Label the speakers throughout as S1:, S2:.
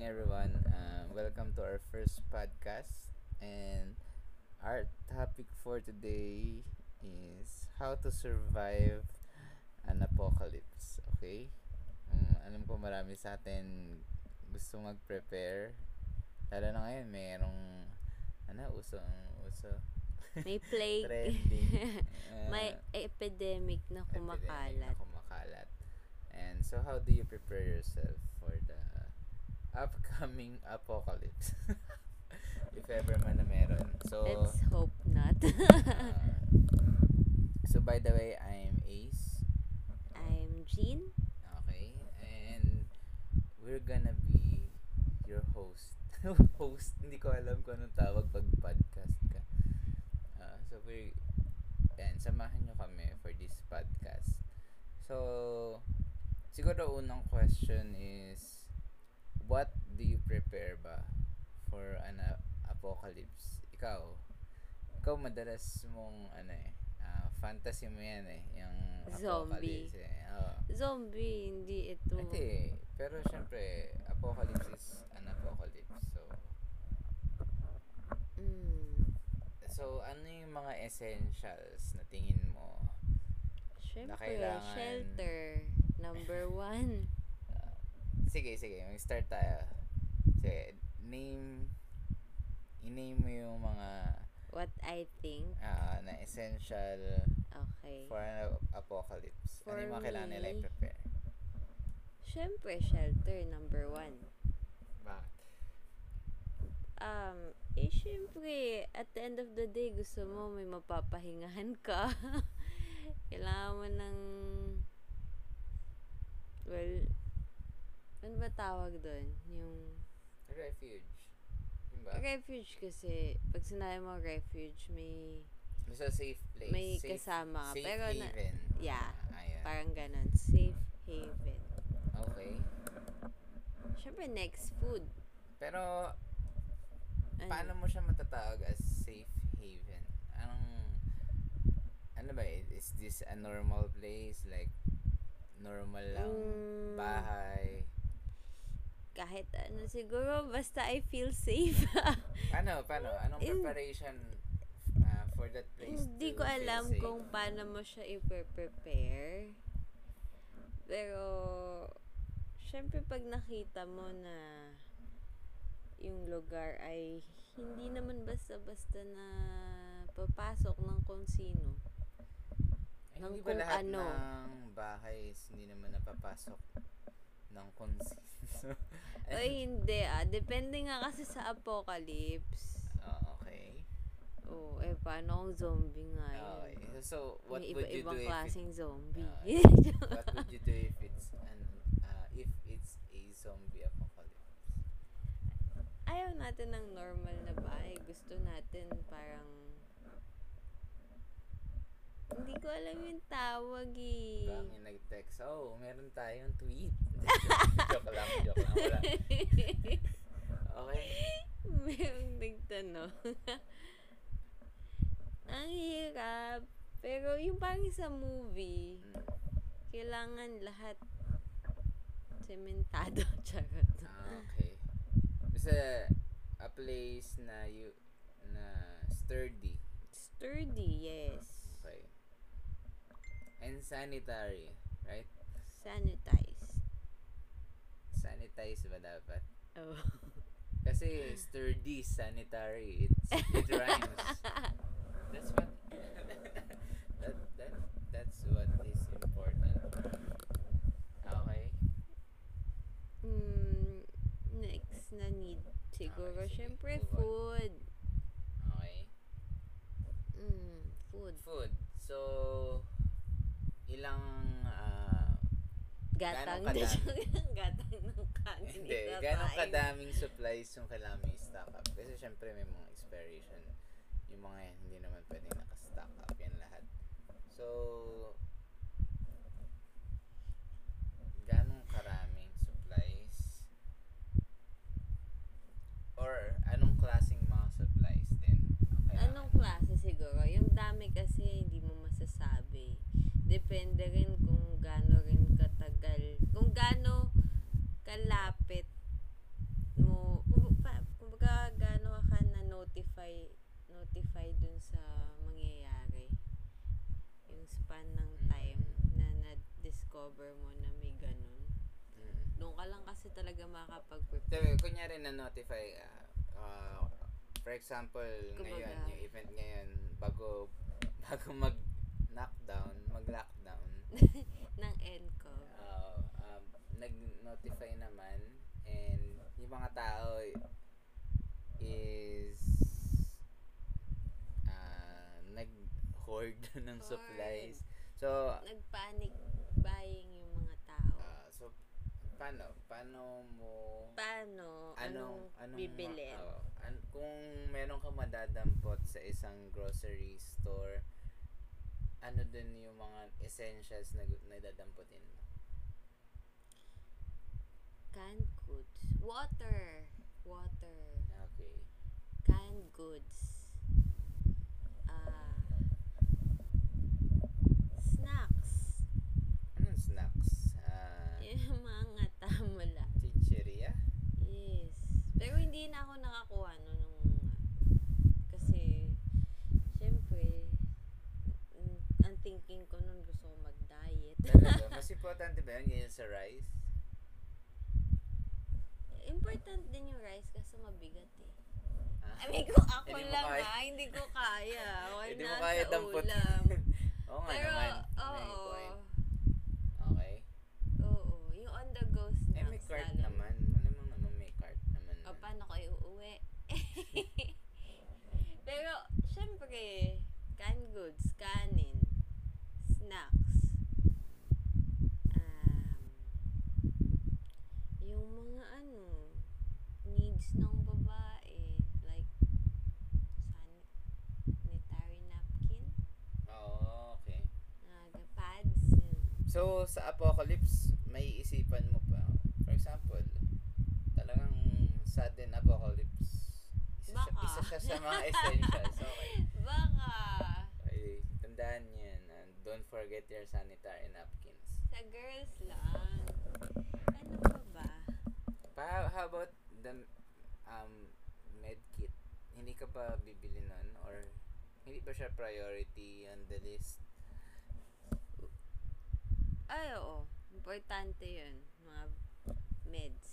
S1: everyone. Um, welcome to our first podcast. And our topic for today is how to survive an apocalypse. Okay? Um, alam ko marami sa atin gusto mag-prepare. Lalo na ngayon, mayroong ano, uso, uso.
S2: May plague.
S1: Trending. Uh,
S2: May epidemic na kumakalat.
S1: Epidemic na kumakalat. And so how do you prepare yourself for the upcoming apocalypse? If ever man na meron. So,
S2: Let's hope not.
S1: uh, so by the way, I'm Ace.
S2: I'm Jean.
S1: Okay? And we're gonna be your host. host? Hindi ko alam kung anong tawag pag podcast ka. Ah, so we and samahan nyo kami for this podcast. So, siguro unang question is, what do you prepare ba for an a- apocalypse? Ikaw, ikaw madalas mong, ano eh, ah, fantasy mo yan eh, yung
S2: Zombie.
S1: apocalypse eh. Oo.
S2: Zombie, hindi ito.
S1: Hindi. Pero syempre, apocalypse is an apocalypse. So,
S2: Mm.
S1: so ano yung mga essentials na tingin mo?
S2: Siyempre,
S1: kailangan-
S2: shelter. Number one.
S1: Ah, Sige, sige. Mag-start tayo. Sige, name i-name mo yung mga
S2: What I think.
S1: ah, na essential
S2: Okay.
S1: for an ap- apocalypse.
S2: For
S1: ano yung mga kailangan nila
S2: me-
S1: i-prepare?
S2: Siyempre, shelter. Number one.
S1: Bakit?
S2: Um, eh, syempre, at the end of the day, gusto mo may mapapahingahan ka. Kailangan mo ng... Well, ano ba tawag doon? Yung...
S1: Refuge. Diba?
S2: Refuge kasi, pag sinabi mo refuge, may...
S1: Basta safe place.
S2: May
S1: safe,
S2: kasama ka,
S1: Safe
S2: pero na-
S1: haven. Ah,
S2: Yeah,
S1: Ayan.
S2: parang ganon. Safe haven.
S1: okay.
S2: Syempre, next food.
S1: Pero,
S2: Ano?
S1: Paano mo siya matatawag as safe haven? Anong, ano ba, i- is this a normal place? Like, normal lang
S2: Mm.
S1: bahay?
S2: Kahit ano, siguro, basta I feel safe.
S1: Paano, paano? Anong
S2: In-
S1: preparation ah, for that place?
S2: Hindi
S1: to
S2: ko
S1: feel
S2: alam
S1: safe?
S2: kung paano mo siya i-prepare. Pero, syempre pag nakita mo na yung lugar ay hindi naman basta-basta na papasok ng kung sino.
S1: Ay,
S2: ng
S1: hindi ba
S2: kung
S1: lahat
S2: ano.
S1: ng bahay is hindi naman napapasok ng konsenso?
S2: O hindi ah, depende nga kasi sa apocalypse.
S1: oh, okay.
S2: Oo, eh paano kung zombie nga
S1: Okay.
S2: yun?
S1: So, Oh, what
S2: May
S1: would you do
S2: iba-ibang
S1: if it
S2: klaseng zombie.
S1: Ah, what would you do if it's an uh, if it's a zombie apocalypse?
S2: ayaw natin ng normal na bahay. Gusto natin parang... Hindi ko alam yung tawag eh.
S1: Bang yung nag-text, oh, meron tayong tweet. joke lang, joke lang. Wala. Okay.
S2: Merong nagtanong. Ang hirap. Pero yung parang sa movie,
S1: Mm.
S2: kailangan lahat sementado. Charot.
S1: Ah, okay. Basta a place na you na sturdy.
S2: Sturdy, yes.
S1: Okay. And sanitary, right?
S2: Sanitized.
S1: Sanitize ba dapat?
S2: Oh.
S1: Kasi sturdy, sanitary, it's, it rhymes. That's what that, that that's what is important. Okay.
S2: Mm, next na need siguro
S1: Okay, sige.
S2: syempre
S1: Move on.
S2: food.
S1: Okay.
S2: Mm, food.
S1: Food. So ilang ah,
S2: Gatang
S1: Gaano
S2: gatang ng kanin.
S1: hindi,
S2: ito
S1: gano'ng
S2: tayo.
S1: kadaming supplies yung kailangan mo i-stock up. Kasi syempre may mga expiration. Yung mga yan, hindi naman pwedeng naka-stock up yan lahat. So, gano'ng karaming supplies? Or, anong klaseng mga supplies din? ang kailangan?
S2: Anong klase siguro? Yung dami kasi hindi mo masasabi. Depende rin kung gaano rin katagal. Kung gaano kalapit mo na-discover mo na may ganun.
S1: Mm.
S2: Doon ka lang kasi talaga makakapag-prepare.
S1: Sabi, kunyari na-notify, ah, ah, for example, ngayon,
S2: Kumbaga.
S1: yung event ngayon, bago, bago mag-knockdown, mag-lockdown,
S2: ng ENCOV.
S1: ah, um, nag-notify naman, and yung mga tao is ah, nag-hoard ng supplies. So,
S2: Nag-panic buying yung mga tao.
S1: ah, so, paano? Paano mo...
S2: Paano?
S1: anong,
S2: Anong,
S1: anong
S2: bibili?
S1: oo. an- kung meron kang madadampot sa isang grocery store, ano dun yung mga essentials na gu- na dadampotin mo?
S2: Canned goods. Water. Water.
S1: Ah, Okay.
S2: canned goods, ah, snacks,
S1: Anong snacks? Ah,
S2: yung mga tamala.
S1: chicheria?
S2: Yes. Pero hindi na ako nakakuha no, nung, ah, kasi, syempre, mm, ang thinking ko nun gusto ko mag-diet.
S1: Talaga, mas importante Ano ba yun ngayon sa rice?
S2: Important din yung rice kasi mabigat eh.
S1: Ah,
S2: I mean, kung ako
S1: Hindi mo
S2: lang
S1: kaya.
S2: ah, hindi ko kaya. Wala
S1: hindi mo
S2: na
S1: kaya
S2: sa
S1: damputin.
S2: ulam.
S1: Oo nga
S2: Pero,
S1: naman. May
S2: oo.
S1: point. Okay.
S2: Oo, yung on the go snacks.
S1: Eh, may cart
S2: lalo.
S1: naman. Malamang naman may cart naman.
S2: O, paano ko iuuwi? Pero, syempre, canned goods, kanin, snacks, um, yung mga ano, needs ng babae, like, san- sanitary napkin,
S1: Oo, okay.
S2: uh, the pads, yun.
S1: So, sa apocalypse, may isipan mo pa. For example, talagang sudden apocalypse. Isa, siya,
S2: Baka.
S1: isa siya sa mga essentials. Okay.
S2: Baka,
S1: okay. Tandaan niyo yan. ah, don't forget your sanitary napkins.
S2: sa girls lang. Ano pa ba?
S1: Pa, how about the um, med kit? Hindi ka ba bibili nun? Or hindi ba siya priority on the list?
S2: Ay, oo. Importante yun. Mga meds.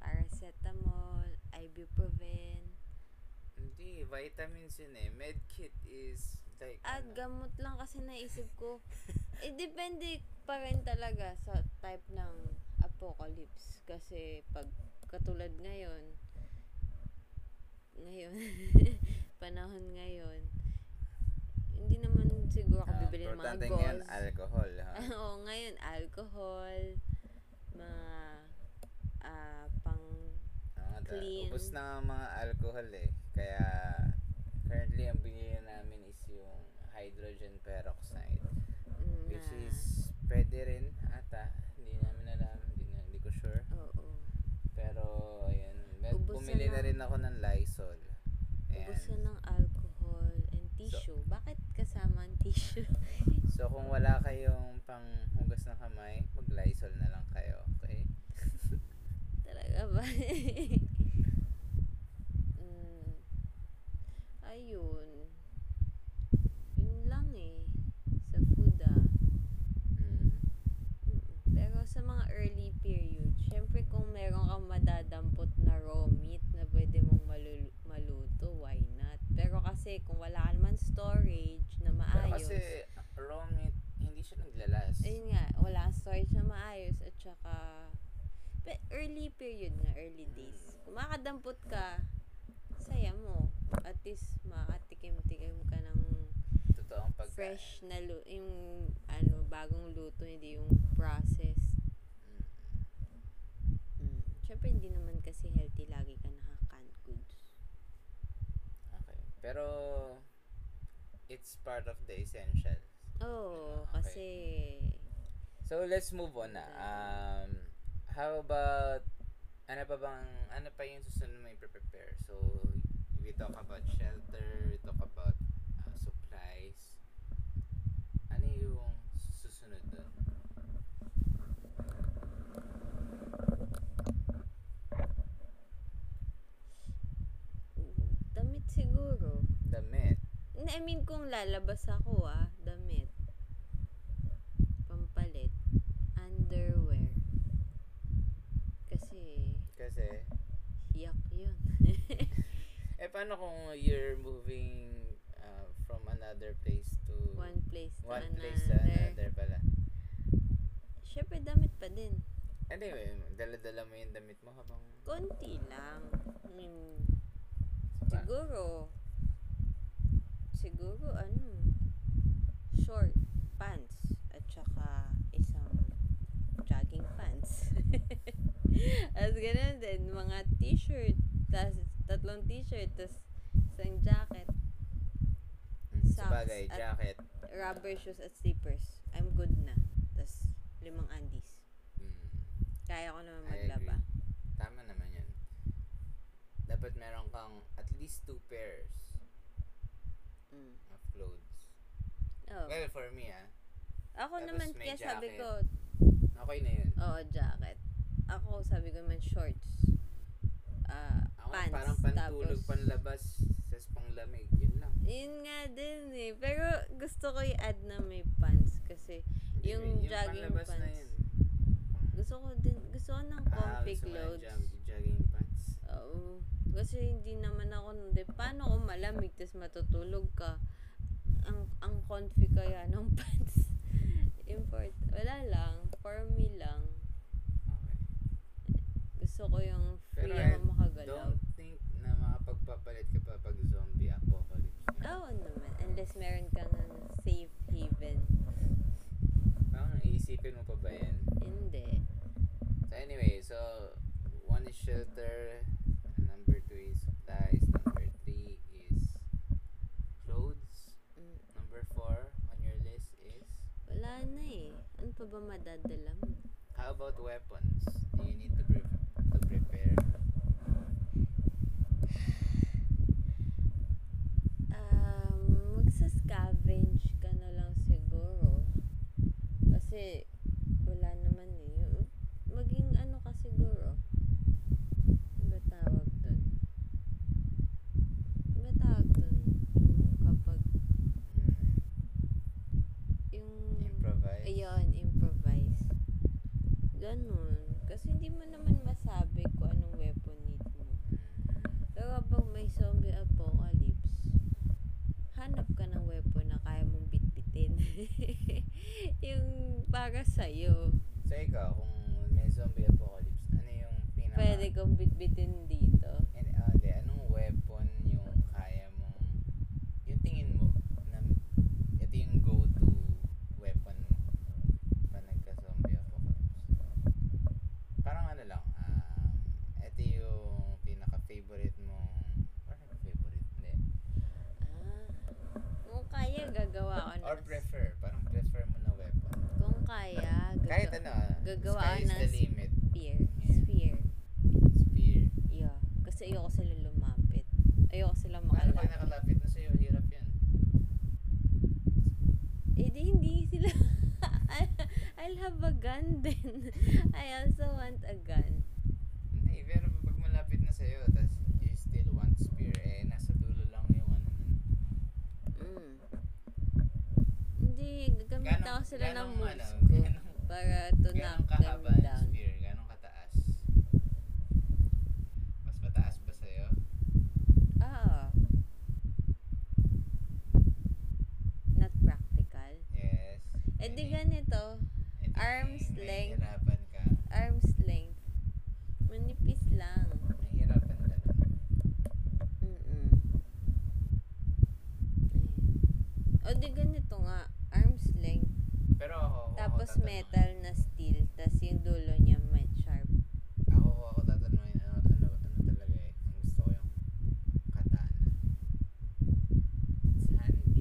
S2: Paracetamol, ibuprofen.
S1: Hindi, vitamins yun eh. Med kit is like...
S2: At
S1: ano,
S2: gamot lang kasi naisip ko. eh, depende pa rin talaga sa type ng apocalypse. Kasi pag katulad ngayon, ngayon, panahon ngayon, hindi naman siguro ako
S1: ah,
S2: bibili ng mga
S1: importante ngayon,
S2: gauze.
S1: alcohol. Ha?
S2: Oo, ngayon, alcohol, mga ah, pang...
S1: Oo, ta-
S2: Clean.
S1: Ubus Ah, na nga ang mga alcohol eh. Kaya currently ang binili namin is yung hydrogen peroxide.
S2: mm,
S1: Which
S2: na-
S1: is pwede rin ata. Hindi namin alam. Hindi, na, hindi ko sure.
S2: Oo.
S1: Pero ayun. Well,
S2: Ubus na
S1: bumili na
S2: lang.
S1: rin ako ng Lysol. Ayan.
S2: Ubusan ng alcohol and tissue. Bakit kasama ang tissue?
S1: So kung wala kayong panghugas ng kamay, mag Lysol na lang kayo. Okay?
S2: Talaga ba? mm, ayun. Yun lang eh. Sa food ah.
S1: Mm.
S2: Mm-mm. Pero sa mga early period, syempre kung meron kang madadampot na raw meat na pwede mong malul- maluto, why not? Pero kasi kung wala ka naman storage na
S1: Pero
S2: maayos, Eh,
S1: kasi raw meat, hindi siya naglalas.
S2: ayun nga, wala kang storage na maayos at saka pe- early period nga, early days. Kung makadampot ka, saya mo. At least makatikim-tikim ka ng
S1: Totoong pagkain.
S2: fresh na lu- yung ano, bagong luto, hindi yung processed.
S1: Mm.
S2: Mm. Siyempre, hindi naman kasi healthy lagi ka naka-canned goods.
S1: Okay. Pero, it's part of the essentials.
S2: Oo, oh,
S1: Ah, okay.
S2: kasi...
S1: So, let's move on na.
S2: Mm.
S1: Um, how about, ano pa bang, ano pa yung susunod mo i-prepare? So, we talk about shelter, we talk about uh, supplies. Ano yung susunod doon?
S2: Damit siguro.
S1: Damit.
S2: Na- I mean, kung lalabas ako ah, damit. Pampalit.
S1: Eh, paano kung you're moving uh, from another place to
S2: One place to
S1: one
S2: another.
S1: place to another pala?
S2: Siyempre, damit pa din.
S1: Anyway, dala-dala mo yung damit mo habang...
S2: Konti lang. Mm,
S1: sa pa-
S2: siguro, siguro ano, short pants at saka isang jogging pants. As ganun din, mga t-shirt, tas tatlong t-shirt, tas isang jacket,
S1: Mm,
S2: socks
S1: Sabagay,
S2: at-
S1: jacket.
S2: rubber shoes at slippers. I'm good na. Tas limang undies.
S1: Mm,
S2: Kaya ko naman
S1: I agree.
S2: maglaba.
S1: Tama naman yun. Dapat meron kang at least two pairs
S2: Mm.
S1: of clothes.
S2: Oh.
S1: Well, for me ah.
S2: Ako
S1: Tapos
S2: naman,
S1: may
S2: kaya sabi
S1: jacket.
S2: ko,
S1: Okay na yun.
S2: Oo, jacket. Ako, sabi ko naman, shorts. Ah,
S1: Ako
S2: pants.
S1: parang pantulog,
S2: tapos-
S1: panlabas, sa panglamig. Yun lang.
S2: Yun nga din eh. Pero gusto ko i-add na may pants kasi
S1: Hindi,
S2: Yung
S1: may-
S2: jogging
S1: panlabas na
S2: pants.
S1: yun.
S2: gusto ko din, gusto ko ng
S1: Ah,
S2: comfy
S1: gusto mo yung
S2: clothes.
S1: jog- jogging pants.
S2: Oo. Kasi hindi naman ako nun. De, paano kung malamig tapos matutulog ka? Ang, ang comfy kaya ng pants. Import. Wala lang. For me lang.
S1: Okay.
S2: Gusto ko yung free
S1: Pero
S2: ako
S1: I
S2: makagalaw.
S1: don't think na makapagpapalit ka pa pag zombie apocalypse. na.
S2: Oo Oh, ano naman. Unless meron kang safe haven.
S1: Parang iisipin mo pa ba yan?
S2: Hindi.
S1: So anyway, so one is shelter, number two is supplies, number three is clothes,
S2: Mm,
S1: number four on your list is
S2: Wala na eh. Ano pa ba madadala mo?
S1: how about weapons? Do you need to pre- to prepare?
S2: Um, magsascavenge ka na lang siguro. Kasi, wala naman eh. Yung- Maging ano ka siguro. Ano Ba tawag dun? Ano Ba tawag dun? Yung kapag,
S1: Hmm,
S2: yung...
S1: Improvise.
S2: Ayun, improvise. Ganun. Kasi hindi mo naman masabi kung anong weapon need mo.
S1: Mm.
S2: Pero pag may zombie apocalypse, hanap ka ng weapon na kaya mong bitbitin. yung para sa'yo.
S1: So ikaw, kung may zombie apocalypse, ano yung pinaka...
S2: Pwede kong bitbitin dito.
S1: And, ah, hindi, anong weapon yung kaya mong... Yung tingin mo, na ito yung go-to weapon mo pag nagka-zombie apocalypse. Parang ano lang, um, ito yung pinaka-favorite mong... Parang favorite, hindi.
S2: Ah. Kung kaya, gagawa ko na.
S1: Or prefer, parang prefer mo na weapon.
S2: Kung kaya, gaga-
S1: Kahit ano, ah,
S2: gagawa
S1: sky is
S2: ng
S1: the limit.
S2: Spear.
S1: Yeah.
S2: Spear.
S1: Spear.
S2: Yeah. Kasi ayoko sila lumapit. Ayoko sila
S1: Paano Ano pag
S2: makalapit.
S1: nakalapit na sa'yo, hirap yan.
S2: Eh di hindi sila. I- I'll have a gun then. I also want a gun.
S1: Hindi, pero pag malapit na sa'yo, tas you still want spear, eh, nasa dulo lang yung ano nun.
S2: Mm. Hindi, gagamit
S1: Ganong-
S2: ako sila ng
S1: ganong ano,
S2: moves ko
S1: ganong-
S2: para to knock
S1: Ganong
S2: them
S1: kahaba yung
S2: down.
S1: spear, ganong kataas. Mas mataas ba sa'yo?
S2: Ah. Not practical.
S1: Yes.
S2: Eh
S1: Hindi.
S2: di ganito,
S1: Eh, di
S2: arms length.
S1: Nahihirapan ka.
S2: arm's length. Manipis lang.
S1: Nahihirapan ka nun.
S2: Mm-mm. Ayan. O di ganito nga, arm's length.
S1: Pero ako, ako
S2: Tapos
S1: tatanungin.
S2: metal na steel, tas yung dulo niya may sharp.
S1: Ako, ako tatanungin, ano, ano, ano talaga eh. Ang gusto ko yung katana. It's handy.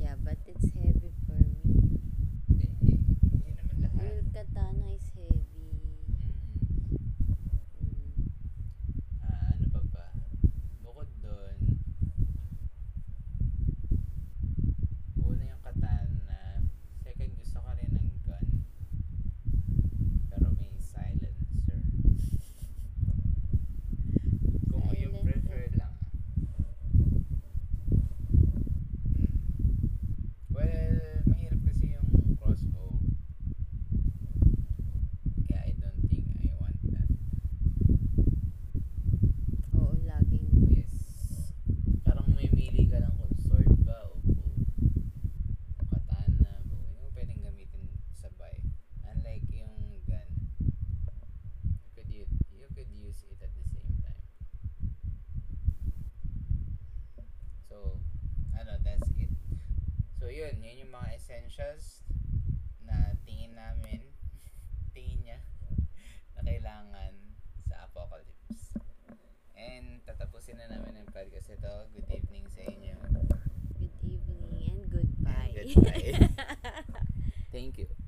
S2: Yeah, but it's heavy for me.
S1: Hindi, hindi naman lahat.
S2: Real katana is heavy.
S1: Mm.
S2: Mm.
S1: Ah, ano pa ba? Bukod doon, una yung katana, second gusto ko rin ng gun. Pero may silencer. Kung yung
S2: Silencer.
S1: prefer lang. ah. Hmm. Well, mahirap kasi yung crossbow. ano, yun, yun yung mga essentials na tingin namin, tingin niya, na kailangan sa apocalypse. And tatapusin na namin ang podcast ito. Good evening sa inyo.
S2: Good evening and goodbye.
S1: And goodbye. Thank you.